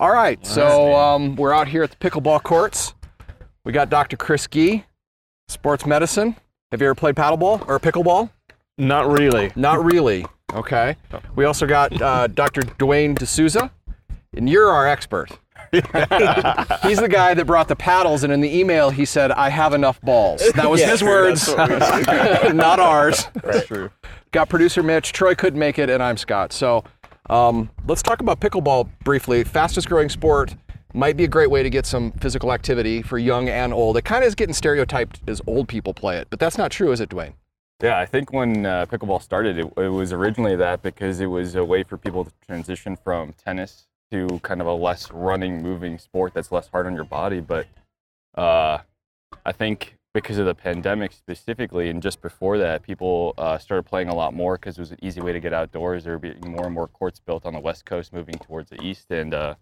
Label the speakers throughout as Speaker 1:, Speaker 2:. Speaker 1: All right, so um, we're out here at the pickleball courts. We got Dr. Chris Gee, sports medicine. Have you ever played paddleball or pickleball?
Speaker 2: Not really.
Speaker 1: Not really. Okay. We also got uh, Dr. Dwayne D'Souza, and you're our expert. He's the guy that brought the paddles, and in the email he said, "I have enough balls." That was his words, not ours.
Speaker 2: That's true.
Speaker 1: Got producer Mitch. Troy couldn't make it, and I'm Scott. So um, let's talk about pickleball briefly. Fastest growing sport. Might be a great way to get some physical activity for young and old. It kind of is getting stereotyped as old people play it, but that's not true, is it, Dwayne?
Speaker 3: Yeah, I think when uh, pickleball started, it, it was originally that because it was a way for people to transition from tennis to kind of a less running, moving sport that's less hard on your body. But uh, I think because of the pandemic specifically, and just before that, people uh, started playing a lot more because it was an easy way to get outdoors. There were being more and more courts built on the west coast, moving towards the east, and uh,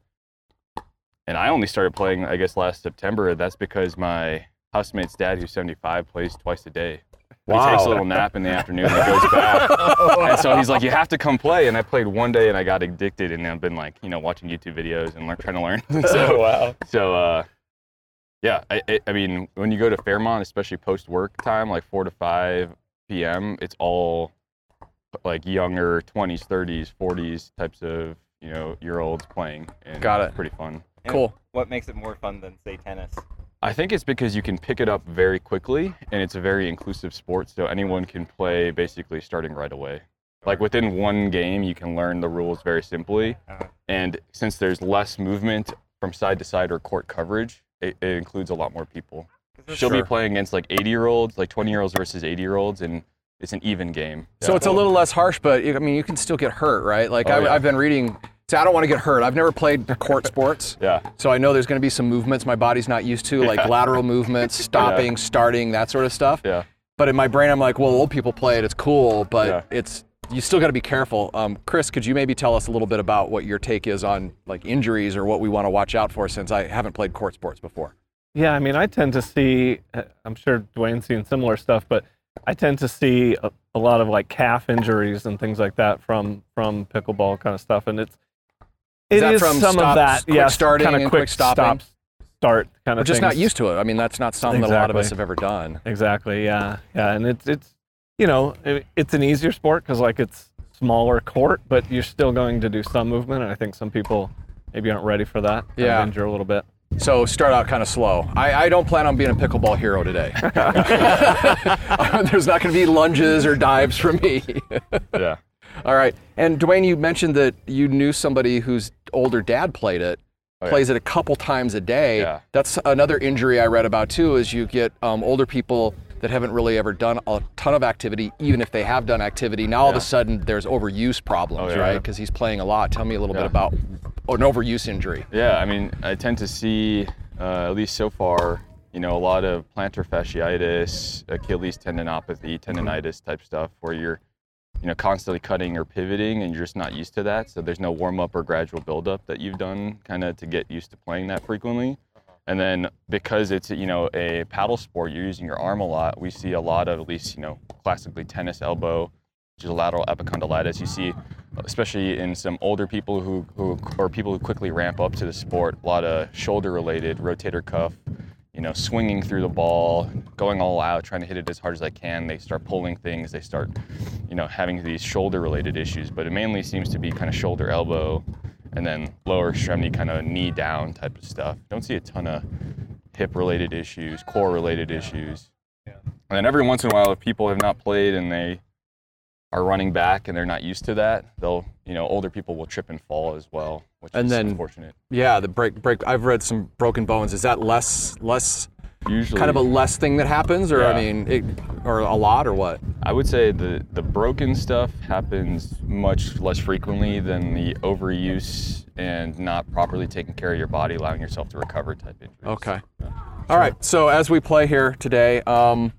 Speaker 3: and I only started playing, I guess, last September. That's because my housemate's dad, who's 75, plays twice a day. He takes a little nap in the afternoon and goes back. and so he's like, "You have to come play." And I played one day, and I got addicted, and I've been like, you know, watching YouTube videos and learn, trying to learn. so,
Speaker 2: wow.
Speaker 3: so uh, yeah, I, I, I mean, when you go to Fairmont, especially post work time, like four to five p.m., it's all like younger twenties, thirties, forties types of you know year olds playing. And
Speaker 1: Got
Speaker 3: it's
Speaker 1: it.
Speaker 3: Pretty fun.
Speaker 4: And
Speaker 1: Cool.
Speaker 4: What makes it more fun than say tennis?
Speaker 3: I think it's because you can pick it up very quickly, and it's a very inclusive sport, so anyone can play basically starting right away. Like within one game, you can learn the rules very simply,
Speaker 4: Uh-huh.
Speaker 3: and since there's less movement from side to side or court coverage, it, it includes a lot more people.
Speaker 4: 'Cause there's-
Speaker 3: She'll be playing against like 80 year olds, like 20 year olds versus 80 year olds, and it's an even game.
Speaker 1: So it's a little less harsh, but I mean, you can still get hurt, right? Like I,
Speaker 3: Oh, yeah.
Speaker 1: I've been reading. See, I don't want to get hurt. I've never played court sports,
Speaker 3: Yeah.
Speaker 1: so I know there's going to be some movements my body's not used to, like lateral movements, stopping, starting, that sort of stuff.
Speaker 3: Yeah.
Speaker 1: But in my brain, I'm like, well, old people play it. It's cool, but
Speaker 3: Yeah.
Speaker 1: it's you still got to be careful. Um, Chris, could you maybe tell us a little bit about what your take is on like injuries or what we want to watch out for since I haven't played court sports before?
Speaker 2: Yeah, I mean, I tend to see. uh, I'm sure Dwayne's seen similar stuff, but I tend to see a, a lot of like calf injuries and things like that from from pickleball kind of stuff, and it's it is
Speaker 1: that from
Speaker 2: some
Speaker 1: stops,
Speaker 2: of that.
Speaker 1: quick
Speaker 2: yeah,
Speaker 1: starting
Speaker 2: kind of
Speaker 1: and
Speaker 2: quick,
Speaker 1: quick stopping?
Speaker 2: stop, start kind
Speaker 1: We're
Speaker 2: of.
Speaker 1: just not
Speaker 2: things.
Speaker 1: used to it. I mean, that's not something that a lot of
Speaker 2: Exactly.
Speaker 1: us have ever done.
Speaker 2: Exactly. Yeah. Yeah. And it's it's you know it, it's an easier sport because like it's smaller court, but you're still going to do some movement, and I think some people maybe aren't ready for that. kind of
Speaker 1: Yeah.
Speaker 2: Injure a little bit.
Speaker 1: So start out kind of slow. I, I don't plan on being a pickleball hero today. There's not going to be lunges or dives from me.
Speaker 3: Yeah.
Speaker 1: All right. And Dwayne, you mentioned that you knew somebody whose older dad played it,
Speaker 3: Oh, yeah.
Speaker 1: plays it a couple times a day.
Speaker 3: Yeah.
Speaker 1: That's another injury I read about too. Is you get um, older people that haven't really ever done a ton of activity, even if they have done activity. Now all of a sudden there's overuse problems,
Speaker 3: Oh, yeah.
Speaker 1: right? Because he's playing a lot. Tell me a little
Speaker 3: Yeah.
Speaker 1: bit about an overuse injury.
Speaker 3: Yeah, I mean, I tend to see, uh, at least so far, you know, a lot of plantar fasciitis, Achilles tendinopathy, tendonitis type stuff, where you're, you know, constantly cutting or pivoting, and you're just not used to that. So there's no warm up or gradual build up that you've done, kind of to get used to playing that frequently. And then because it's you know a paddle sport, you're using your arm a lot. We see a lot of at least you know classically tennis elbow, which is lateral epicondylitis. You see, especially in some older people who, who or people who quickly ramp up to the sport, a lot of shoulder-related rotator cuff, you know, swinging through the ball, going all out, trying to hit it as hard as I can. They start pulling things. They start, you know, having these shoulder-related issues. But it mainly seems to be kind of shoulder, elbow, and then lower extremity, kind of knee down type of stuff. Don't see a ton of hip-related issues, core-related issues. And then every once in a while, if people have not played and they are running back and they're not used to that, they'll, you know, older people will trip and fall as well, which
Speaker 1: And
Speaker 3: is
Speaker 1: then-
Speaker 3: unfortunate.
Speaker 1: Yeah, the break break. I've read some broken bones. Is that less less
Speaker 3: Usually,
Speaker 1: kind of a less thing that happens, or I
Speaker 3: Yeah.
Speaker 1: mean, it, or a lot, or what?
Speaker 3: I would say the the broken stuff happens much less frequently than the overuse and not properly taking care of your body, allowing yourself to recover type injuries.
Speaker 1: Okay. All right. So as we play here today, um,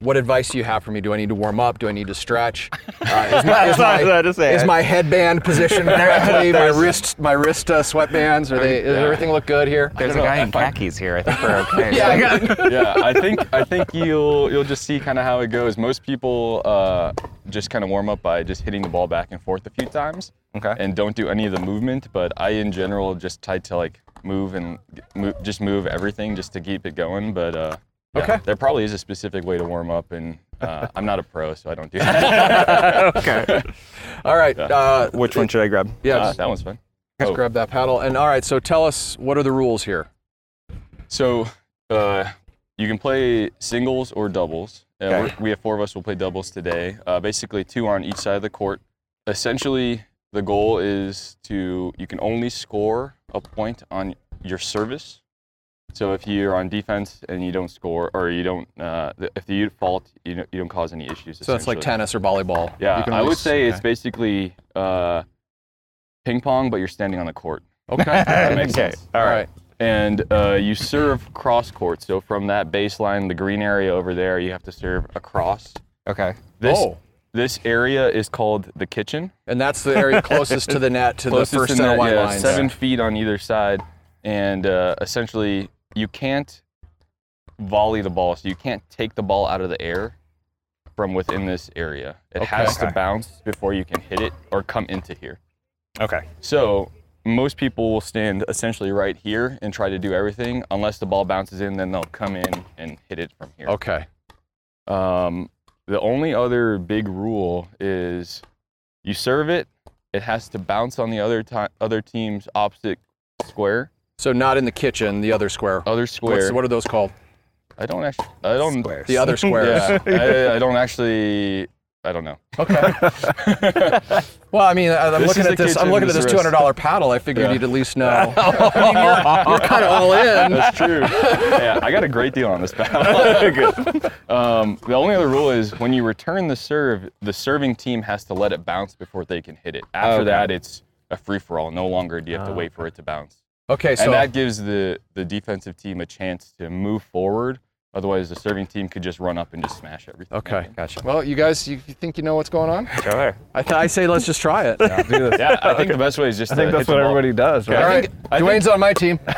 Speaker 1: What advice do you have for me? Do I need to warm up? Do I need to stretch? Uh, is, my, is,
Speaker 4: That's what I was about
Speaker 1: my,
Speaker 4: to say.
Speaker 1: is my headband positioned correctly? my wrist, my wrist uh, sweatbands. Are they? Does everything look good here?
Speaker 5: There's a
Speaker 3: don't know,
Speaker 5: guy in
Speaker 3: if I-
Speaker 5: khakis here. I think we're okay.
Speaker 1: Yeah, I got-
Speaker 3: yeah, I think I think you'll you'll just see kind of how it goes. Most people uh, just kind of warm up by just hitting the ball back and forth a few times,
Speaker 5: Okay.
Speaker 3: and don't do any of the movement. But I, in general, just try to like move and move, just move everything just to keep it going. But uh, yeah,
Speaker 1: Okay.
Speaker 3: there probably is a specific way to warm up, and uh, I'm not a pro, so I don't do that.
Speaker 5: okay.
Speaker 1: All right. Uh,
Speaker 4: Which one should I grab? oh.
Speaker 1: yeah,
Speaker 3: Uh,
Speaker 1: just,
Speaker 3: that one's fun.
Speaker 1: just grab that paddle. And all right, so tell us what are the rules here?
Speaker 3: So uh, you can play singles or doubles. Uh,
Speaker 5: Okay.
Speaker 3: we're- We have four of us will play doubles today. Uh, basically, two on each side of the court. Essentially, the goal is to you can only score a point on your service. So if you're on defense and you don't score, or you don't, uh, th- if you fault, you don't, you don't cause any issues.
Speaker 1: So that's like
Speaker 3: essentially.
Speaker 1: tennis or volleyball.
Speaker 3: Yeah,
Speaker 1: You can
Speaker 3: I
Speaker 1: only
Speaker 3: would
Speaker 1: s-
Speaker 3: say it's basically uh, ping pong, but you're standing on the court.
Speaker 1: Okay.
Speaker 3: That makes
Speaker 5: Okay.
Speaker 3: sense
Speaker 1: all right.
Speaker 3: and uh, you serve cross court. So from that baseline, the green area over there, you have to serve across.
Speaker 5: Okay.
Speaker 3: This,
Speaker 1: Oh.
Speaker 3: this area is called the kitchen.
Speaker 1: And that's the area closest to the net, to the
Speaker 3: Closest
Speaker 1: first
Speaker 3: in
Speaker 1: center
Speaker 3: that,
Speaker 1: line
Speaker 3: yeah,
Speaker 1: lines.
Speaker 3: seven feet on either side, and uh, essentially you can't volley the ball, so you can't take the ball out of the air from within this area. It has to
Speaker 5: Okay.
Speaker 3: bounce before you can hit it or come into here.
Speaker 5: Okay.
Speaker 3: So most people will stand essentially right here and try to do everything. Unless the ball bounces in, then they'll come in and hit it from here.
Speaker 1: Okay.
Speaker 3: Um, the only other big rule is you serve it, it has to bounce on the other ti- other team's opposite square,
Speaker 1: So not in the kitchen, the other square.
Speaker 3: other
Speaker 1: What's,
Speaker 3: square.
Speaker 1: what are those called?
Speaker 3: I don't actually. I don't.
Speaker 5: Squares.
Speaker 1: The other squares.
Speaker 3: Yeah, I, I don't actually. I don't know.
Speaker 1: Well, I mean, I- I'm
Speaker 3: This
Speaker 1: looking
Speaker 3: is
Speaker 1: at
Speaker 3: the
Speaker 1: this. I'm
Speaker 3: kitchen,
Speaker 1: looking at
Speaker 3: this
Speaker 1: this
Speaker 3: is the
Speaker 1: $200 paddle. I figured
Speaker 3: Yeah.
Speaker 1: you'd at least know. I mean, you're, kind of all in.
Speaker 3: That's true. yeah, I got a great deal on this battle. Um, the only other rule is when you return the serve, the serving team has to let it bounce before they can hit it. After
Speaker 5: Okay.
Speaker 3: that, it's a free for all. No longer do you have to wait for it to bounce.
Speaker 1: Okay, so
Speaker 3: and that gives the, the defensive team a chance to move forward. Otherwise, the serving team could just run up and just smash everything.
Speaker 1: okay.
Speaker 5: Gotcha.
Speaker 1: Well, you guys, you, you think you know what's going on?
Speaker 5: Sure.
Speaker 1: I, th- I say let's just try it.
Speaker 2: do this.
Speaker 3: Yeah, I think the best way is just
Speaker 2: I think
Speaker 3: to
Speaker 2: that's
Speaker 3: hit
Speaker 2: what
Speaker 3: the ball.
Speaker 2: everybody does,
Speaker 1: All
Speaker 2: right?
Speaker 1: right, Dwayne's on my team.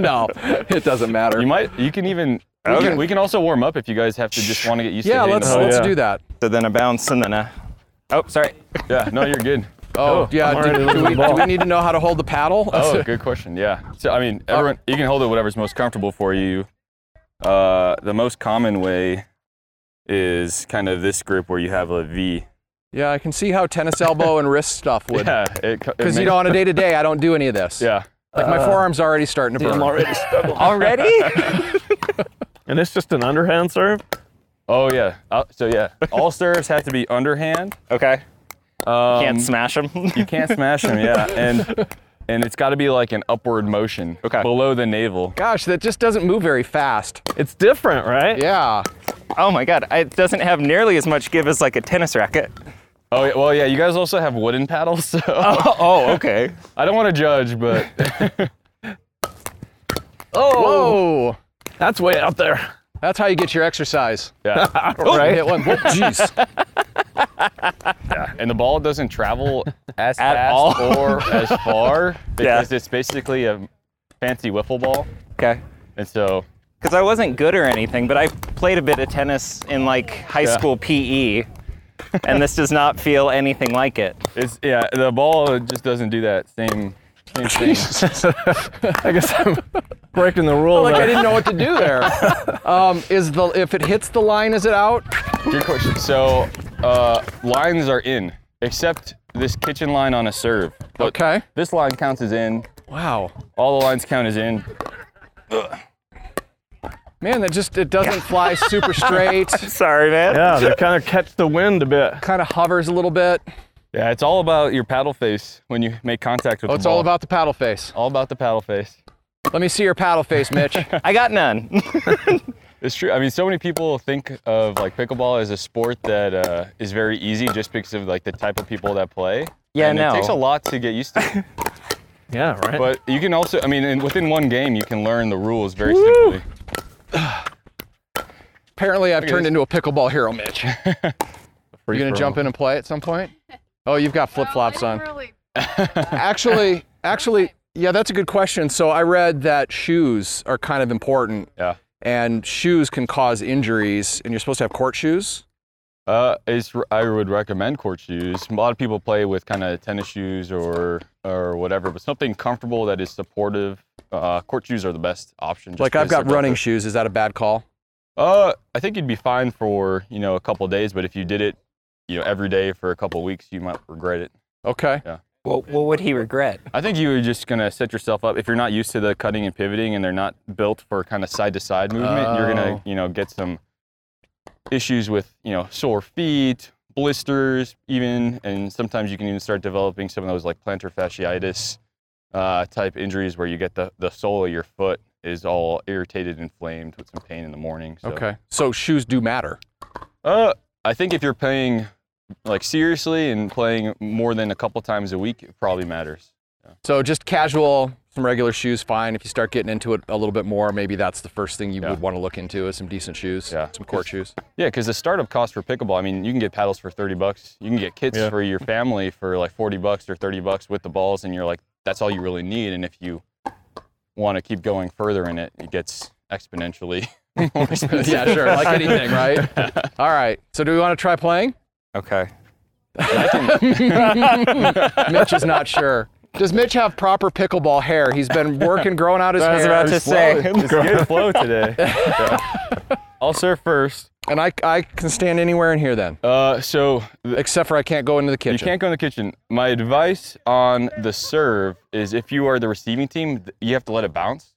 Speaker 1: no, it doesn't matter.
Speaker 3: You might. You can even. we can- We can also warm up if you guys have to just want to get used
Speaker 1: yeah,
Speaker 3: to. hitting
Speaker 1: let's
Speaker 3: the ball.
Speaker 1: let's
Speaker 2: yeah.
Speaker 1: do that.
Speaker 4: So then a bounce and then a. Oh, sorry.
Speaker 3: Yeah. No, you're good.
Speaker 1: Oh,
Speaker 2: Oh,
Speaker 1: yeah.
Speaker 2: I'm
Speaker 1: Do,
Speaker 2: already
Speaker 1: do
Speaker 2: losing
Speaker 1: we,
Speaker 2: the ball.
Speaker 1: do we need to know how to hold the paddle?
Speaker 3: Oh, good question. Yeah. So I mean, everyone, you can hold it whatever's most comfortable for you. Uh, the most common way is kind of this grip where you have a V.
Speaker 1: yeah, I can see how tennis elbow and wrist stuff would.
Speaker 3: Yeah. it co- it
Speaker 1: Because you
Speaker 3: makes-
Speaker 1: know, on a day to day, I don't do any of this.
Speaker 3: Yeah.
Speaker 1: Like my forearm's already starting to burn.
Speaker 2: I'm already struggling.
Speaker 5: Already?
Speaker 2: and it's just an underhand serve.
Speaker 3: Oh yeah. Uh, so yeah, all serves have to be underhand.
Speaker 4: Okay.
Speaker 3: Um,
Speaker 4: Can't smash them.
Speaker 3: You can't smash them. Yeah. And and it's got to be like an upward motion.
Speaker 4: Okay.
Speaker 3: Below the navel.
Speaker 1: Gosh, that just doesn't move very fast.
Speaker 2: It's different, right?
Speaker 1: Yeah.
Speaker 4: oh my god, it doesn't have nearly as much give as like a tennis racket.
Speaker 3: Oh yeah, well yeah. You guys also have wooden paddles, so
Speaker 4: Oh, okay.
Speaker 3: I don't want to judge, but
Speaker 1: Whoa.
Speaker 2: That's way out there.
Speaker 1: That's how you get your exercise.
Speaker 3: yeah.
Speaker 1: Right. Hit one. Whoop, Jeez.
Speaker 3: And the ball doesn't travel as fast
Speaker 4: all.
Speaker 3: or as far because it's basically a fancy wiffle ball,
Speaker 4: Okay.
Speaker 3: and so
Speaker 4: Because I wasn't good or anything, but I played a bit of tennis in like high
Speaker 3: Yeah.
Speaker 4: school PE, and this does not feel anything like it.
Speaker 3: it's yeah. The ball just doesn't do that same same thing.
Speaker 2: I guess I'm breaking the rule.
Speaker 1: like I
Speaker 2: there.
Speaker 1: didn't know what to do there. Um, is the if it hits the line, is it out?
Speaker 3: Good question. So uh, lines are in, except this kitchen line on a serve. But
Speaker 1: Okay.
Speaker 3: This line counts as in.
Speaker 1: Wow.
Speaker 3: All the lines count as in.
Speaker 1: Man, that just it doesn't fly super straight.
Speaker 4: Sorry, man.
Speaker 2: Yeah, they kind of catch the wind a bit.
Speaker 1: kind of hovers a little bit.
Speaker 3: Yeah, it's all about your paddle face when you make contact with
Speaker 1: Oh,
Speaker 3: the
Speaker 1: it's
Speaker 3: ball.
Speaker 1: all about the paddle face.
Speaker 3: all about the paddle face.
Speaker 1: Let me see your paddle face, Mitch.
Speaker 4: I got none.
Speaker 3: It's true. I mean, so many people think of like pickleball as a sport that uh, is very easy just because of like the type of people that play.
Speaker 4: Yeah,
Speaker 3: and
Speaker 4: no.
Speaker 3: It takes a lot to get used to.
Speaker 2: Yeah, right.
Speaker 3: But you can also, I mean, in, within one game, you can learn the rules very simply.
Speaker 1: Apparently, I've turned into a pickleball hero, Mitch.
Speaker 2: Free
Speaker 1: you gonna
Speaker 2: for
Speaker 1: jump
Speaker 2: all.
Speaker 1: in and play at some point? Oh, you've got flip flops
Speaker 6: Oh, I
Speaker 1: on.
Speaker 6: don't really-
Speaker 1: Actually, actually, yeah, that's a good question. So I read that shoes are kind of important.
Speaker 3: Yeah.
Speaker 1: And shoes can cause injuries, and you're supposed to have court shoes.
Speaker 3: Uh, it's, I would recommend court shoes. A lot of people play with kind of tennis shoes or or whatever, but something comfortable that is supportive. Uh, court shoes are the best option. just
Speaker 1: like I've
Speaker 3: 'cause they're
Speaker 1: got running
Speaker 3: comfort-
Speaker 1: shoes. Is that a bad call?
Speaker 3: Uh, I think you'd be fine for you know a couple days, but if you did it, you know, every day for a couple weeks, you might regret it.
Speaker 1: Okay.
Speaker 5: Well, what would he regret?
Speaker 3: I think you're just gonna set yourself up if you're not used to the cutting and pivoting, and they're not built for kind of side to side movement. You're
Speaker 1: Oh.
Speaker 3: gonna, you know, get some issues with, you know, sore feet, blisters, even, and sometimes you can even start developing some of those like plantar fasciitis uh, type injuries where you get the the sole of your foot is all irritated, inflamed, with some pain in the morning. So.
Speaker 1: Okay. So shoes do matter.
Speaker 3: Uh, I think if you're playing like seriously and playing more than a couple times a week, it probably matters.
Speaker 1: So just casual, some regular shoes, fine. If you start getting into it a little bit more, maybe that's the first thing you
Speaker 3: Yeah.
Speaker 1: would want to look into is some decent shoes.
Speaker 3: Yeah.
Speaker 1: Some court shoes.
Speaker 3: Yeah, because the startup cost for pickleball, I mean, you can get paddles for 30 bucks. You can get kits
Speaker 2: Yeah.
Speaker 3: for your family for like 40 bucks or 30 bucks with the balls, and you're like, that's all you really need. And if you want to keep going further in it, it gets exponentially more expensive.
Speaker 1: yeah, sure. Like anything, right? All right. So do we want to try playing?
Speaker 5: Okay.
Speaker 1: Mitch is not sure. Does Mitch have proper pickleball hair? He's been working, growing out his hair.
Speaker 5: I was about to say.
Speaker 3: It's good flow today. I'll serve first.
Speaker 1: And I, I can stand anywhere in here then,
Speaker 3: Uh, so the-
Speaker 1: except for I can't go into the kitchen.
Speaker 3: You can't go in the kitchen. My advice on the serve is if you are the receiving team, th- you have to let it bounce.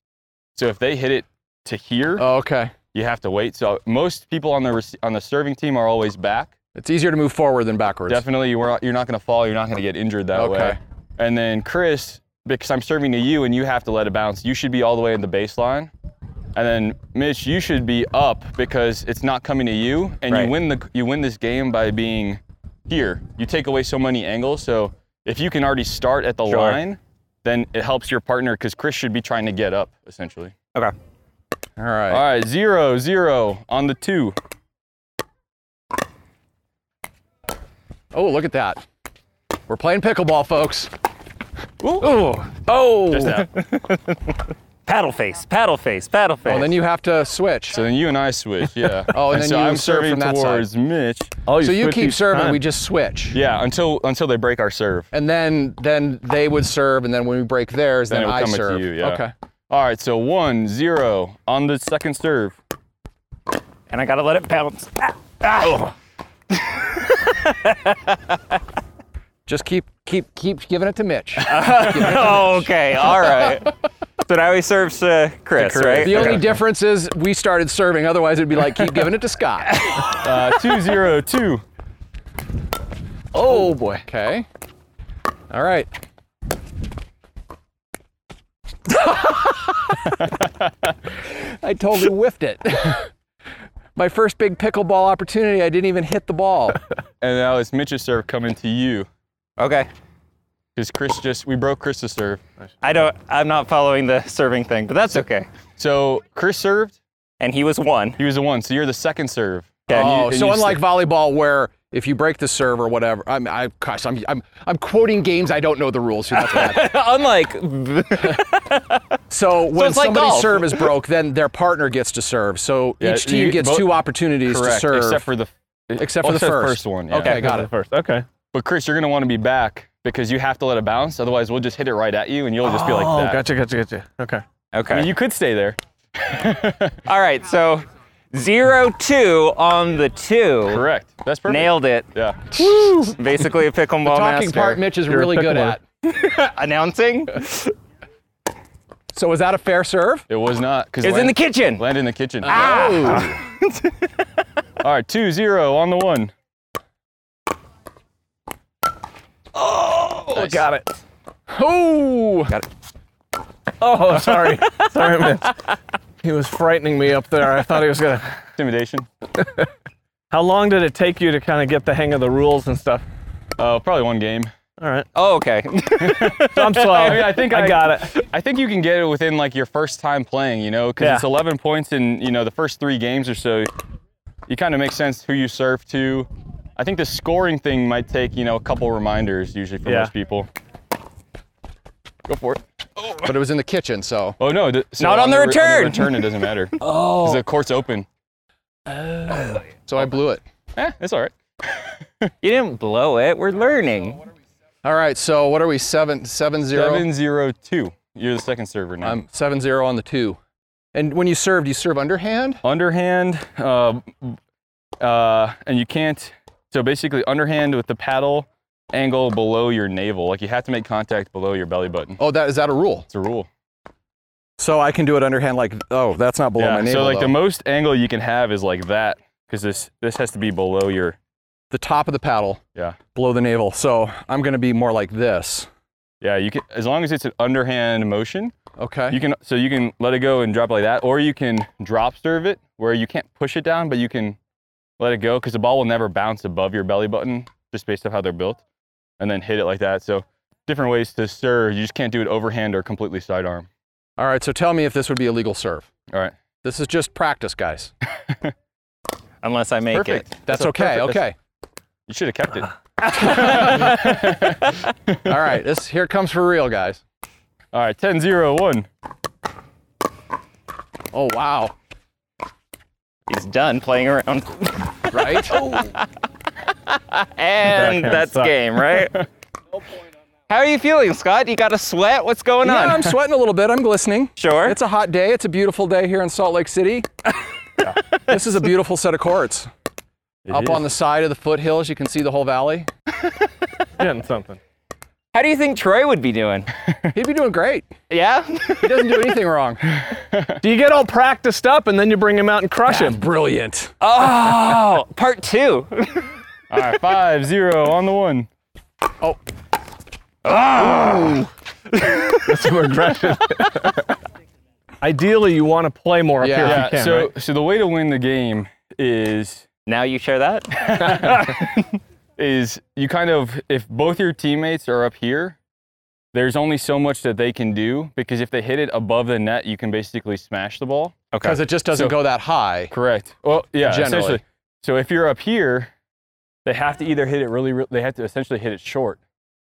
Speaker 3: So if they hit it to here,
Speaker 1: Oh, okay.
Speaker 3: you have to wait. So most people on the rec- on the serving team are always back.
Speaker 1: It's easier to move forward than backwards.
Speaker 3: Definitely, you were, you're not going to fall. You're not going to get injured that
Speaker 1: Okay.
Speaker 3: way. And then Chris, because I'm serving to you and you have to let it bounce, you should be all the way in the baseline. And then Mitch, you should be up because it's not coming to you, and
Speaker 5: Right.
Speaker 3: you win the you win this game by being here. You take away so many angles. So if you can already start at the
Speaker 5: Sure.
Speaker 3: line, then it helps your partner because Chris should be trying to get up essentially.
Speaker 5: Okay.
Speaker 1: All right.
Speaker 3: All right, zero zero on the two.
Speaker 1: Oh, look at that. We're playing pickleball, folks. Oh.
Speaker 3: Just that.
Speaker 4: Paddle face, paddle face, paddle face.
Speaker 1: Well, then you have to switch.
Speaker 3: So then you and I switch, yeah.
Speaker 1: Oh, and then
Speaker 3: so
Speaker 1: you
Speaker 3: I'm
Speaker 1: serve
Speaker 3: serving
Speaker 1: from that side.
Speaker 3: towards Mitch.
Speaker 2: Oh,
Speaker 1: so you
Speaker 2: switch
Speaker 1: keep
Speaker 2: each
Speaker 1: serving,
Speaker 2: time.
Speaker 1: we just switch.
Speaker 3: Yeah, until until they break our serve.
Speaker 1: And then then they would serve, and then when we break theirs,
Speaker 3: Then
Speaker 1: then,
Speaker 3: it would
Speaker 1: I
Speaker 3: come to
Speaker 1: serve.
Speaker 3: you, yeah.
Speaker 1: Okay.
Speaker 3: All right, so one zero on the second serve.
Speaker 4: and I gotta let it bounce.
Speaker 1: Just keep keep keep giving it to Mitch.
Speaker 4: Oh, okay, all right. so now he serves uh, Chris, right?
Speaker 1: The only difference is we started serving. Otherwise, it'd be like keep giving it to Scott.
Speaker 3: Uh, two zero two.
Speaker 1: Oh boy. Okay. All right. I totally whiffed it. My first big pickleball opportunity, I didn't even hit the ball.
Speaker 3: And now it's Mitch's serve coming to you.
Speaker 5: Okay.
Speaker 3: Because Chris just, we broke Chris's serve.
Speaker 4: I don't. I'm not following the serving thing, but that's okay.
Speaker 3: So Chris served,
Speaker 4: And he was one.
Speaker 3: he was the one. So you're the second serve.
Speaker 4: Okay.
Speaker 3: And you-
Speaker 1: Oh,
Speaker 3: and
Speaker 1: so
Speaker 3: you
Speaker 1: unlike
Speaker 3: st-
Speaker 1: volleyball, where if you break the serve or whatever, I'm, I, gosh, I'm, I'm, I'm quoting games I don't know the rules. So, that's bad.
Speaker 4: Unlike
Speaker 1: so when
Speaker 4: it's like
Speaker 1: somebody's
Speaker 4: golf.
Speaker 1: serve is broke, then their partner gets to serve. So
Speaker 3: Yeah,
Speaker 1: each team
Speaker 3: you-
Speaker 1: gets
Speaker 3: both-
Speaker 1: two opportunities to
Speaker 3: correct,
Speaker 1: serve.
Speaker 3: Except for the,
Speaker 1: Except for the first.
Speaker 3: one. yeah.
Speaker 1: Okay, got it.
Speaker 2: first. Okay.
Speaker 3: But Chris, you're going to want to be back because you have to let it bounce. Otherwise, we'll just hit it right at you and you'll just be like
Speaker 2: Oh,
Speaker 3: that.
Speaker 2: gotcha, gotcha, gotcha. Okay.
Speaker 3: I mean,
Speaker 5: Okay.
Speaker 3: you could stay there.
Speaker 4: All right, so zero two on the two.
Speaker 3: Correct. That's perfect.
Speaker 4: Nailed it.
Speaker 3: Yeah.
Speaker 4: Basically a pickleball
Speaker 1: Talking
Speaker 4: master.
Speaker 1: part Mitch is
Speaker 2: a
Speaker 1: really good
Speaker 2: pickler.
Speaker 1: at.
Speaker 4: Announcing
Speaker 1: So is that a fair serve?
Speaker 3: It was not. It
Speaker 4: is in the kitchen.
Speaker 3: Land in the kitchen. All right, two zero on the one. Oh, got it.
Speaker 1: Oh!
Speaker 2: Oh, sorry. sorry, Mitch. He was frightening me up there. I thought he was gonna.
Speaker 3: Intimidation.
Speaker 2: How long did it take you to kind of get the hang of the rules and stuff?
Speaker 3: Uh, probably one game.
Speaker 2: All right.
Speaker 4: Oh, okay.
Speaker 2: I'm slow.
Speaker 3: I mean, I think I-
Speaker 2: got it.
Speaker 3: I think you can get it within like your first time playing, you know, because
Speaker 2: Yeah.
Speaker 3: it's 11 points in you know the first three games or so. it kind of makes sense who you serve to. I think the scoring thing might take you know a couple reminders usually for
Speaker 2: Yeah.
Speaker 3: most people. Go for it.
Speaker 1: But it was in the kitchen, so
Speaker 3: Oh no, th- so
Speaker 4: Not on the
Speaker 3: re-
Speaker 4: return.
Speaker 3: return it doesn't matter. oh, the court's open.
Speaker 1: so I blew it.
Speaker 3: Eh, it's all right.
Speaker 4: You didn't blow it. We're learning.
Speaker 1: All right, so what are we? Seven, seven zero.
Speaker 3: Seven zero two. You're the second server now.
Speaker 1: I'm seven zero on the two. And when you serve, do you serve underhand?
Speaker 3: underhand, uh, uh, and you can't. So basically, underhand with the paddle angle below your navel. Like you have to make contact below your belly button.
Speaker 1: Oh, that is that a rule?
Speaker 3: It's a rule.
Speaker 1: So I can do it underhand like oh, that's not below my navel.
Speaker 3: so like the
Speaker 1: though.
Speaker 3: most angle you can have is like that, because this this has to be below your.
Speaker 1: the top of the paddle
Speaker 3: Yeah.
Speaker 1: below the navel. So I'm going to be more like this.
Speaker 3: Yeah. You can as long as it's an underhand motion.
Speaker 1: Okay.
Speaker 3: You can so you can let it go and drop it like that, or you can drop serve it where you can't push it down, but you can let it go because the ball will never bounce above your belly button just based off how they're built, and then hit it like that. So different ways to serve. You just can't do it overhand or completely sidearm.
Speaker 1: All right, so tell me if this would be a legal serve.
Speaker 3: All right,
Speaker 1: This is just practice, guys.
Speaker 5: Unless I make
Speaker 3: perfect.
Speaker 5: it.
Speaker 1: That's
Speaker 3: a
Speaker 1: okay.
Speaker 3: perfect- that's-
Speaker 1: Okay.
Speaker 3: you should have kept it.
Speaker 1: All right. This here comes for real, guys.
Speaker 3: All right, 10 0 1.
Speaker 1: Oh wow.
Speaker 5: He's done playing around.
Speaker 1: Right?
Speaker 5: And
Speaker 2: Backhand
Speaker 5: that's
Speaker 2: suck.
Speaker 5: game, right?
Speaker 4: How are you feeling, Scott? You got a sweat? What's going
Speaker 1: yeah,
Speaker 4: on?
Speaker 1: I'm sweating a little bit. I'm glistening.
Speaker 4: sure.
Speaker 1: It's a hot day. It's a beautiful day here in Salt Lake City. This is a beautiful set of courts. Up on the side of the foothills, you can see the whole valley.
Speaker 2: Getting something.
Speaker 4: How do you think Troy would be doing?
Speaker 1: He'd be doing great.
Speaker 4: Yeah?
Speaker 1: He doesn't do anything wrong.
Speaker 2: Do you get all practiced up and then you bring him out and crush him?
Speaker 1: Brilliant.
Speaker 4: oh, part two.
Speaker 3: All right, 5 0 on the one.
Speaker 1: Oh,
Speaker 2: Ah! Ideally, you want to play more up
Speaker 1: Yeah.
Speaker 2: here if
Speaker 3: Yeah,
Speaker 2: you can.
Speaker 3: so,
Speaker 2: right?
Speaker 3: so the way to win the game is
Speaker 5: now you share that?
Speaker 3: is you kind of if both your teammates are up here, there's only so much that they can do because if they hit it above the net, you can basically smash the ball.
Speaker 1: because it just doesn't
Speaker 3: So-
Speaker 1: go that high.
Speaker 3: Correct. Well, yeah,
Speaker 1: Generally.
Speaker 3: essentially. So if you're up here, they have to either hit it really, really they have to essentially hit it short.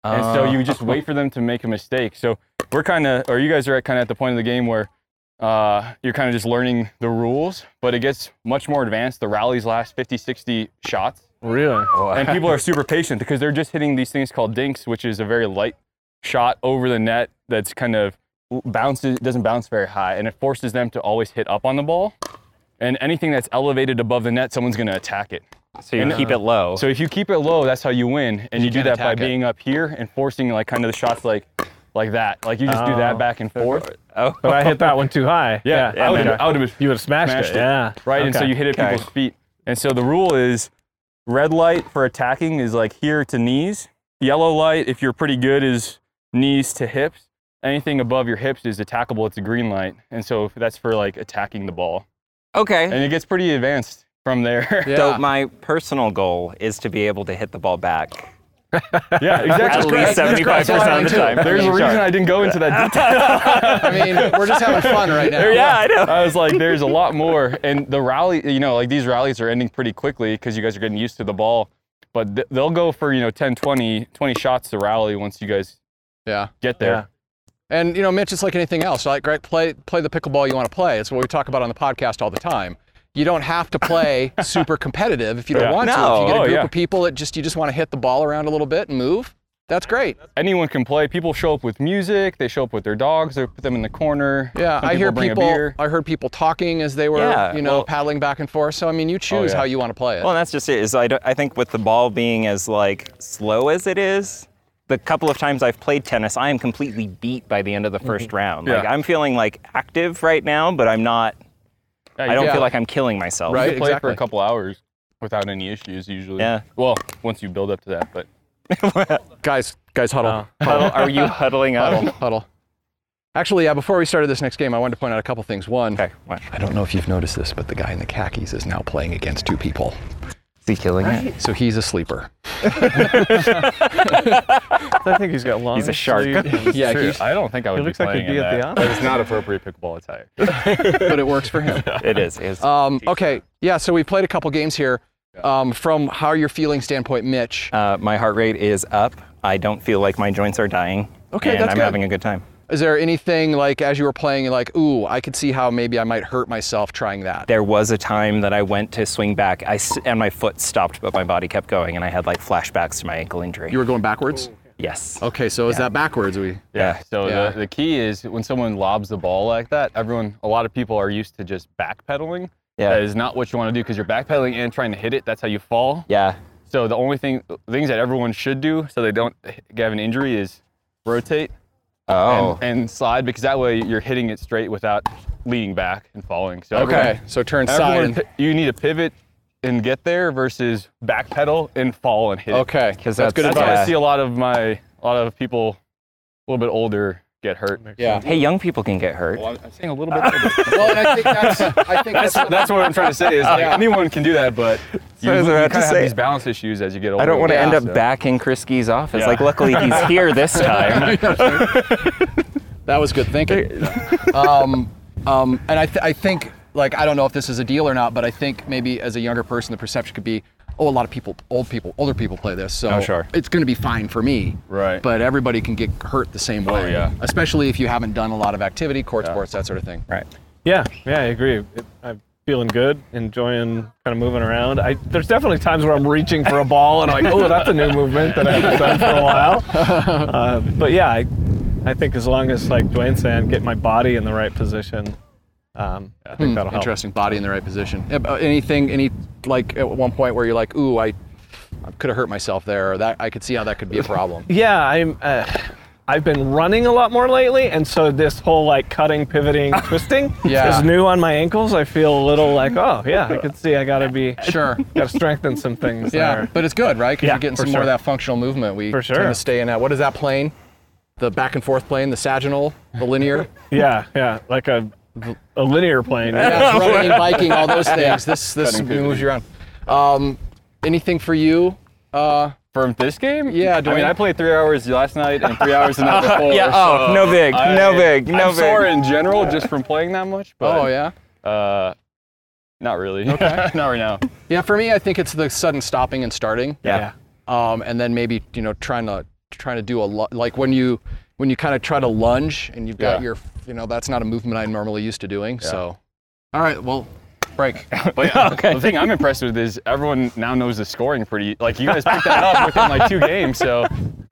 Speaker 3: And so you just wait for them to make a mistake. So we're kind of, or you guys are kind of at the point of the game where uh, you're kind of just learning the rules, but it gets much more advanced. The rallies last 50, 60 shots.
Speaker 2: really?
Speaker 3: and people are super patient because they're just hitting these things called dinks, which is a very light shot over the net that's kind of bounces doesn't bounce very high, and it forces them to always hit up on the ball. And anything that's elevated above the net, someone's going to attack it.
Speaker 5: so you
Speaker 4: uh,
Speaker 5: keep it low.
Speaker 3: So if you keep it low, that's how you win, and you, do
Speaker 1: can't
Speaker 3: that by
Speaker 1: attack it.
Speaker 3: being up here and forcing like kind of the shots like like that. Like you just do
Speaker 2: Oh.
Speaker 3: that back and forth.
Speaker 4: oh.
Speaker 2: But I hit that one too high.
Speaker 3: Yeah, I would have,
Speaker 2: okay.
Speaker 3: I would have
Speaker 2: you would have smashed,
Speaker 3: smashed
Speaker 2: it. Yeah.
Speaker 3: Right, and so
Speaker 2: Okay.
Speaker 3: you hit at people's feet. And so the rule is red light for attacking is like here to knees. Yellow light, if you're pretty good, is knees to hips. Anything above your hips is attackable. It's a green light. And so that's for like attacking the ball.
Speaker 5: okay.
Speaker 3: And it gets pretty advanced from there. Yeah,
Speaker 5: So
Speaker 1: Yeah.
Speaker 5: my personal goal is to be able to hit the ball back. At
Speaker 3: exactly.
Speaker 5: least
Speaker 1: That's correct.
Speaker 5: 75% of the time.
Speaker 3: There's a reason I didn't go into that detail.
Speaker 1: I mean, we're just having fun right now.
Speaker 5: Yeah, I know.
Speaker 3: I was like, there's a lot more. And the rally, you know, like these rallies are ending pretty quickly because you guys are getting used to the ball. But th- they'll go for, you know, 10, 20, 20 shots to rally once you guys
Speaker 1: Yeah.
Speaker 3: get there.
Speaker 2: Yeah.
Speaker 1: And you know, Mitch, it's like anything else. Like, right, play play the pickleball you want to play. It's what we talk about on the podcast all the time. You don't have to play super competitive if you don't
Speaker 3: Yeah.
Speaker 1: want to.
Speaker 5: No.
Speaker 1: If you get
Speaker 3: Oh,
Speaker 1: a group
Speaker 3: yeah.
Speaker 1: of people that just you just want to hit the ball around a little bit and move, that's great.
Speaker 3: Anyone can play. People show up with music. They show up with their dogs. They put them in the corner.
Speaker 1: Yeah,
Speaker 3: Some
Speaker 1: I hear
Speaker 3: bring a
Speaker 1: people.
Speaker 3: beer.
Speaker 1: I heard people talking as they were,
Speaker 5: Yeah,
Speaker 1: you know,
Speaker 5: well-
Speaker 1: paddling back and forth. So I mean, you choose
Speaker 3: yeah.
Speaker 1: how you want to play it.
Speaker 5: Well, and that's just it. Is I, don't- I think with the ball being as like slow as it is, the couple of times I've played tennis, I am completely beat by the end of the
Speaker 4: Mm-hmm.
Speaker 5: 1st round. Like
Speaker 3: Yeah.
Speaker 5: I'm feeling like active right now, but I'm not.
Speaker 3: Yeah, you
Speaker 5: I don't
Speaker 1: Yeah.
Speaker 5: feel like I'm killing myself.
Speaker 1: Right.
Speaker 3: can play for
Speaker 1: exactly.
Speaker 3: a couple hours without any issues usually.
Speaker 5: Yeah.
Speaker 3: Well, once you build up to that, but
Speaker 1: guys, guys, huddle,
Speaker 5: Huddle, are you huddling
Speaker 1: Uh, huddle,
Speaker 5: up?
Speaker 1: huddle. Actually, yeah. Before we started this next game, I wanted to point out a couple things. One,
Speaker 5: okay. what?
Speaker 1: I don't know if you've noticed this, but the guy in the khakis is now playing against two people.
Speaker 5: he killing it?
Speaker 1: So he's a sleeper.
Speaker 2: I think he's got long.
Speaker 5: He's a shark.
Speaker 1: Yeah,
Speaker 3: True,
Speaker 1: he's-
Speaker 3: I don't think I would
Speaker 2: He looks
Speaker 3: be
Speaker 2: like he'd
Speaker 3: playing in
Speaker 2: be at the
Speaker 3: that.
Speaker 2: Oscars.
Speaker 3: It's not appropriate pickleball attire.
Speaker 1: but it works for him.
Speaker 5: It is. It is.
Speaker 1: Um, okay, yeah. So we played a couple games here. Um, from how you're feeling standpoint, Mitch,
Speaker 5: Uh, my heart rate is up. I don't feel like my joints are dying.
Speaker 1: Okay,
Speaker 5: and
Speaker 1: that's
Speaker 5: I'm
Speaker 1: good.
Speaker 5: having a good time.
Speaker 1: is there anything like as you were playing, you're like, ooh, I could see how maybe I might hurt myself trying that?
Speaker 5: There was a time that I went to swing back, I s- and my foot stopped, but my body kept going, and I had like flashbacks to my ankle injury.
Speaker 1: You were going backwards.
Speaker 5: yes.
Speaker 1: Okay, so is that backwards? We
Speaker 3: Yeah. So
Speaker 1: Yeah.
Speaker 3: The, the key is when someone lobs the ball like that, everyone, a lot of people are used to just backpedaling.
Speaker 5: Yeah.
Speaker 3: That is not what you want to do because you're backpedaling and trying to hit it. That's how you fall.
Speaker 5: Yeah.
Speaker 3: So the only thing, things that everyone should do so they don't have an injury is rotate
Speaker 5: Oh.
Speaker 3: and, and slide because that way you're hitting it straight without leaning back and falling. So
Speaker 1: okay.
Speaker 3: everyone-
Speaker 1: So turn side.
Speaker 3: Everyone,
Speaker 1: And,
Speaker 3: pi- you need to pivot and get there versus backpedal and fall and hit. it.
Speaker 1: okay, that's,
Speaker 5: 'Cause that's-
Speaker 1: good
Speaker 3: That's
Speaker 1: advice.
Speaker 3: why I
Speaker 5: Yeah.
Speaker 3: see a lot of my, a lot of people, a little bit older, get hurt.
Speaker 1: Yeah.
Speaker 5: hey, young people can get hurt.
Speaker 3: Well, I'm- I'm saying a little bit.
Speaker 1: Well, and I think that's. I think that's.
Speaker 3: That's what I'm trying to say is like, anyone can do that, but you,
Speaker 5: I was
Speaker 3: you
Speaker 5: about
Speaker 3: kinda
Speaker 5: to
Speaker 3: have
Speaker 5: say.
Speaker 3: these balance issues as you get older.
Speaker 5: I don't want to
Speaker 1: Yeah.
Speaker 5: end up
Speaker 3: So-
Speaker 5: back in Krisky's office.
Speaker 3: Yeah.
Speaker 5: Like, luckily he's here this time.
Speaker 1: That was good thinking. um, um, and I, th- I think, like, I don't know if this is a deal or not, but I think maybe as a younger person, the perception could be, oh, a lot of people, old people, older people play this, so
Speaker 3: Oh, sure.
Speaker 1: it's going to be fine for me.
Speaker 3: Right.
Speaker 1: But everybody can get hurt the
Speaker 2: Oh,
Speaker 1: same way.
Speaker 3: yeah.
Speaker 1: Especially if you haven't done a lot of activity, court sports, that sort of thing.
Speaker 5: right.
Speaker 2: Yeah, yeah, I agree. It, I'm feeling good, enjoying kind of moving around. I there's definitely times where I'm reaching for a ball and I'm like, oh, that's a new movement that I haven't done for a while. Uh, but yeah, I, I think as long as like Dwayne's saying, get my body in the right position, um, I think that'll help.
Speaker 1: Interesting body in the right position. Yeah, but Anything, any, like, at one point where you're like, ooh, I, I could have hurt myself there, or that I could see how that could be a problem.
Speaker 2: Yeah, I'm. Uh, I've been running a lot more lately, and so this whole like cutting, pivoting, twisting
Speaker 1: Yeah.
Speaker 2: is new on my ankles. I feel a little like, oh yeah, I can see I gotta be
Speaker 1: sure.
Speaker 2: gotta strengthen some things.
Speaker 1: Yeah,
Speaker 2: there.
Speaker 1: but it's good, right? Because
Speaker 2: Yeah,
Speaker 1: you're getting
Speaker 2: for
Speaker 1: some more of
Speaker 2: sure.
Speaker 1: that functional movement. We
Speaker 2: For sure.
Speaker 1: tend to stay in that. What is that plane? The back and forth plane, the sagittal, the linear.
Speaker 2: Yeah, yeah, like a a linear plane.
Speaker 1: yeah, it's running, biking, all those things. This this
Speaker 3: Cutting
Speaker 1: moves you around. Um, anything for you? Uh,
Speaker 3: From this game?
Speaker 1: Yeah,
Speaker 3: I
Speaker 1: Dwayne.
Speaker 3: mean, I played three hours last night and three hours the night before.
Speaker 5: yeah, oh,
Speaker 3: so
Speaker 5: no big,
Speaker 3: I-
Speaker 5: no big, no
Speaker 3: I'm
Speaker 5: big.
Speaker 3: sore in general just from playing that much, but
Speaker 1: oh yeah,
Speaker 3: uh, not really. Okay. not right now.
Speaker 1: yeah. For me, I think it's the sudden stopping and starting.
Speaker 2: yeah.
Speaker 1: um, and then maybe you know trying to trying to do a lot like when you when you kind of try to lunge and you've got
Speaker 3: Yeah.
Speaker 1: your you know that's not a movement I'm normally used to doing. So, all right, well, break.
Speaker 3: But yeah, the thing I'm impressed with is everyone now knows the scoring pretty. Like you guys picked that up within like two games, so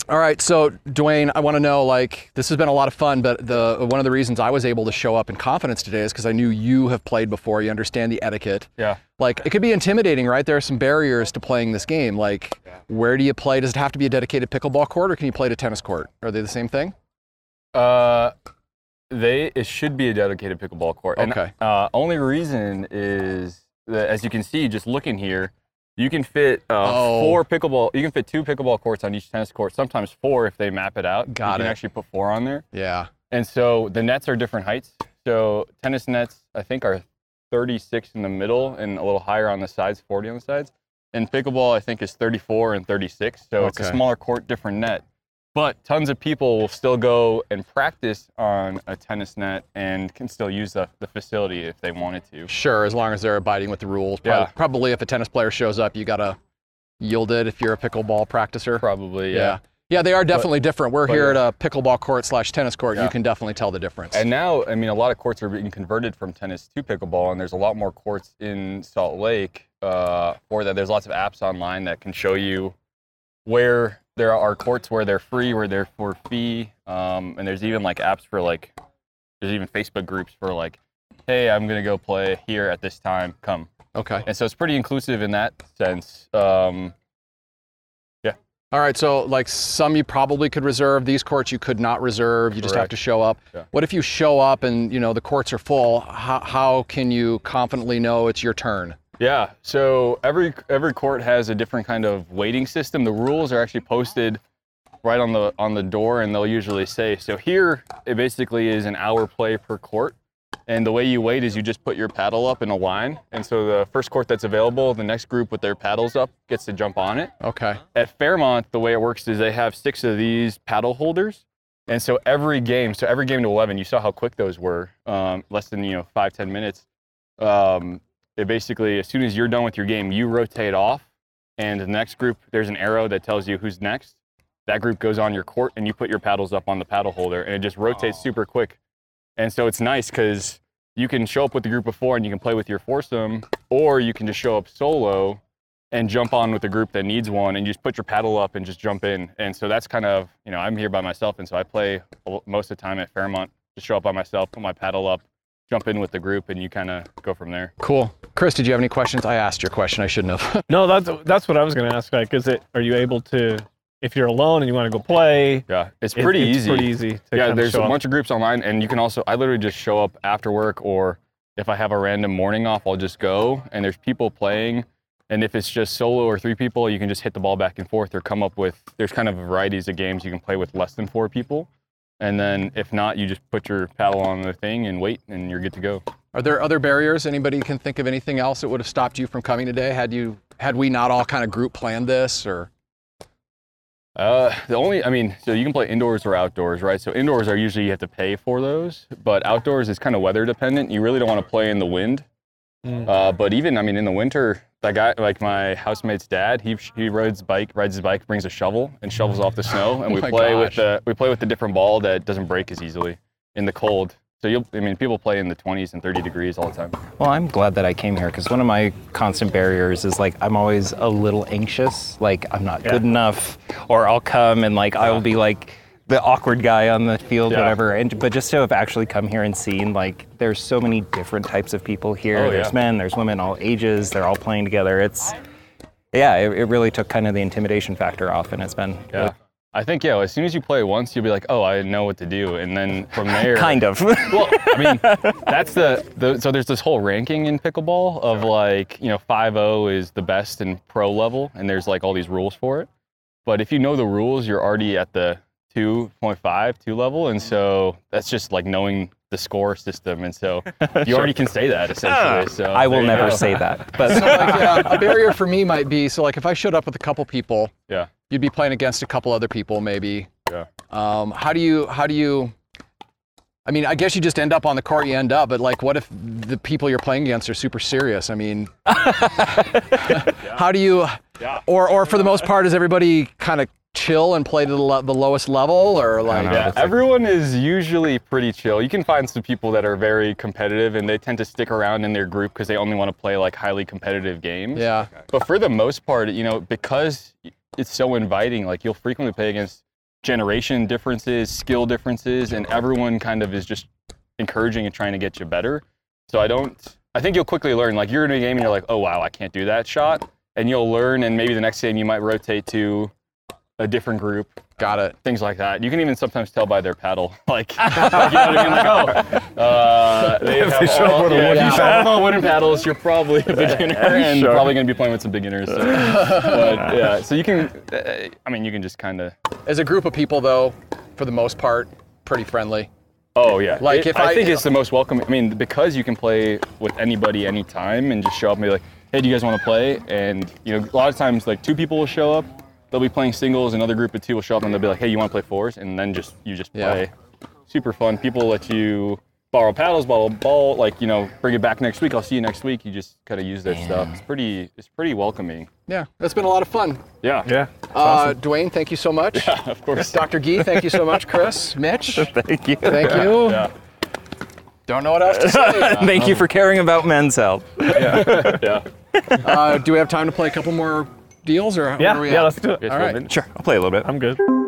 Speaker 1: All right, so Dwayne, I want to know like this has been a lot of fun, but the one of the reasons I was able to show up in confidence today is because I knew you have played before, you understand the etiquette.
Speaker 3: yeah.
Speaker 1: Like it could be intimidating, right? There are some barriers to playing this game. Like where do you play? Does it have to be a dedicated pickleball court or can you play at a tennis court? Are they the same thing?
Speaker 3: Uh, they it should be a dedicated pickleball court. And,
Speaker 1: Okay.
Speaker 3: uh, only reason is that as you can see, just looking here, you can fit uh,
Speaker 1: Oh.
Speaker 3: four pickleball. You can fit two pickleball courts on each tennis court. Sometimes four if they map it out.
Speaker 1: Got
Speaker 3: you
Speaker 1: it.
Speaker 3: can actually put four on there.
Speaker 1: Yeah.
Speaker 3: And so the nets are different heights. So tennis nets, I think, are 36 in the middle and a little higher on the sides, 40 on the sides. And pickleball, I think, is 34 and 36. So it's a
Speaker 1: Okay.
Speaker 3: smaller court, different net. But tons of people will still go and practice on a tennis net and can still use the, the facility if they wanted to.
Speaker 1: Sure, as long as they're abiding with the rules. Prob-
Speaker 3: Yeah.
Speaker 1: Probably if a tennis player shows up, you gotta yield it if you're a pickleball practicer.
Speaker 3: Probably,
Speaker 1: yeah.
Speaker 3: yeah.
Speaker 1: yeah. they are definitely different. We're
Speaker 3: but
Speaker 1: here
Speaker 3: yeah.
Speaker 1: at a pickleball court slash tennis court. You
Speaker 3: Yeah.
Speaker 1: can definitely tell the difference.
Speaker 3: And now, I mean, a lot of courts are being converted from tennis to pickleball, and there's a lot more courts in Salt Lake uh, for that. There's lots of apps online that can show you where there are courts where they're free, where they're for fee, um, and there's even like apps for like, there's even Facebook groups for like, hey, I'm gonna go play here at this time, come.
Speaker 1: okay.
Speaker 3: And so it's pretty inclusive in that sense. Um,
Speaker 1: All right. So like some you probably could reserve. These courts you could not reserve. You just have
Speaker 3: Correct.
Speaker 1: to show up.
Speaker 3: Yeah.
Speaker 1: What if you show up and you know the courts are full? How, how can you confidently know it's your turn?
Speaker 3: Yeah. So every every court has a different kind of waiting system. The rules are actually posted right on the on the door, and they'll usually say. So here, it basically is an hour play per court. And the way you wait is you just put your paddle up in a line. And so the first court that's available, the next group with their paddles up gets to jump on it.
Speaker 1: Okay.
Speaker 3: At Fairmont, the way it works is they have six of these paddle holders. And so every game, so every game to 11, you saw how quick those were, um, less than, you know, five, 10 minutes. Um, it basically, as soon as you're done with your game, you rotate off. And the next group, there's an arrow that tells you who's next. That group goes on your court and you put your paddles up on the paddle holder and it just rotates super quick. And so it's nice because you can show up with the group of four and you can play with your foursome, or you can just show up solo and jump on with the group that needs one and you just put your paddle up and just jump in. And so that's kind of, you know, I'm here by myself. And so I play a lo- most of the time at Fairmont, just show up by myself, put my paddle up, jump in with the group, and you kind of go from there.
Speaker 1: Cool. Chris, did you have any questions? I asked your question. I shouldn't have.
Speaker 2: No, that's that's what I was going to ask. Like, is it? Are you able to? If you're alone and you want to go play,
Speaker 3: Yeah. It's
Speaker 2: it-
Speaker 3: pretty
Speaker 2: it's
Speaker 3: easy.
Speaker 2: Pretty easy. To
Speaker 3: yeah,
Speaker 2: kinda
Speaker 3: there's a
Speaker 2: show up.
Speaker 3: bunch of groups online, and you can also. I literally just show up after work, or if I have a random morning off, I'll just go. And there's people playing, and if it's just solo or three people, you can just hit the ball back and forth, or come up with. There's kind of varieties of games you can play with less than four people, and then if not, you just put your paddle on the thing and wait, and you're good to go.
Speaker 1: Are there other barriers? Anybody can think of anything else that would have stopped you from coming today? Had you had we not all kind of group planned this or
Speaker 3: Uh, the only, I mean, so you can play indoors or outdoors, right? So indoors are usually you have to pay for those, but outdoors is kind of weather dependent. You really don't want to play in the wind.
Speaker 2: Mm.
Speaker 3: Uh, but even, I mean, in the winter, that guy, like my housemate's dad, he he rides bike, rides his bike, brings a shovel and shovels off the snow, and we
Speaker 1: Oh my
Speaker 3: play
Speaker 1: gosh.
Speaker 3: with the we play with the different ball that doesn't break as easily in the cold. So you'll, I mean, people play in the 20s and 30 degrees all the time.
Speaker 5: Well, I'm glad that I came here because one of my constant barriers is like I'm always a little anxious, like I'm not good enough, or I'll come and like I will be like the awkward guy on the field,
Speaker 3: Yeah.
Speaker 5: whatever. And but just to have actually come here and seen like there's so many different types of people here.
Speaker 3: Oh,
Speaker 5: there's
Speaker 3: yeah.
Speaker 5: men, there's women, all ages. They're all playing together. It's yeah, it, it really took kind of the intimidation factor off, and it's been
Speaker 3: Yeah. I think yeah. As soon as you play once, you'll be like, oh, I know what to do, and then from there,
Speaker 5: kind of.
Speaker 3: Well, I mean, that's the, the so there's this whole ranking in pickleball of like you know 5-0 is the best in pro level, and there's like all these rules for it. But if you know the rules, you're already at the 2.5 two level, and so that's just like knowing the score system, and so you already can say that essentially. So
Speaker 5: I will
Speaker 3: there you
Speaker 5: never
Speaker 3: go.
Speaker 5: say that, but
Speaker 1: so like, yeah, a barrier for me might be so like if I showed up with a couple people,
Speaker 3: Yeah.
Speaker 1: you'd be playing against a couple other people maybe.
Speaker 3: Yeah.
Speaker 1: Um, how do you how do you I mean, I guess you just end up on the court you end up, but like what if the people you're playing against are super serious? I mean how do you or or for the most part is everybody kind of chill and play to the, lo- the lowest level or like
Speaker 3: Yeah, everyone is usually pretty chill. You can find some people that are very competitive and they tend to stick around in their group because they only want to play like highly competitive games.
Speaker 1: yeah.
Speaker 3: But for the most part, you know, because it's so inviting, like you'll frequently play against generation differences, skill differences, and everyone kind of is just encouraging and trying to get you better. So I don't, I think you'll quickly learn. Like you're in a game and you're like, oh wow, I can't do that shot. And you'll learn, and maybe the next game you might rotate to a different group
Speaker 1: Got it.
Speaker 3: things like that. You can even sometimes tell by their paddle, like, like, you know what I mean? Like, oh, uh, they
Speaker 2: If
Speaker 3: have
Speaker 2: they show up
Speaker 3: all-
Speaker 2: with a
Speaker 3: yeah,
Speaker 2: wooden
Speaker 3: if you show up with all wooden paddles. You're probably a beginner and
Speaker 2: Sure.
Speaker 3: probably going to be playing with some beginners. So. But yeah, so you can, uh, I mean, you can just kind of.
Speaker 1: As a group of people, though, for the most part, pretty friendly.
Speaker 3: Oh yeah,
Speaker 1: Like,
Speaker 3: It-
Speaker 1: if
Speaker 3: I,
Speaker 1: I-
Speaker 3: think it's the most welcome. I mean, because you can play with anybody anytime and just show up and be like, hey, do you guys want to play? And you know, a lot of times like two people will show up. They'll be playing singles. Another group of two will show up and they'll be like, hey, you want to play fours? And then just you just
Speaker 1: Yeah.
Speaker 3: play. Super fun. People let you borrow paddles, borrow ball. Like you know, bring it back next week. I'll see you next week. You just kind of use their stuff. It's pretty. It's pretty welcoming.
Speaker 1: Yeah, that's been a lot of fun.
Speaker 3: Yeah.
Speaker 2: yeah.
Speaker 1: Uh, Dwayne, thank you so much.
Speaker 3: Of course.
Speaker 1: Dr. Gee, thank you so much. Chris, Mitch,
Speaker 5: thank you.
Speaker 1: thank you.
Speaker 3: Yeah.
Speaker 1: Don't know what else to say.
Speaker 5: Thank you for caring about men's health.
Speaker 3: Yeah.
Speaker 1: Uh, do we have time to play a couple more deals, or
Speaker 2: Yeah.
Speaker 1: Where are we
Speaker 2: yeah.
Speaker 1: at?
Speaker 2: Let's do it.
Speaker 1: All right.
Speaker 5: Sure, I'll play a little bit.
Speaker 2: I'm good.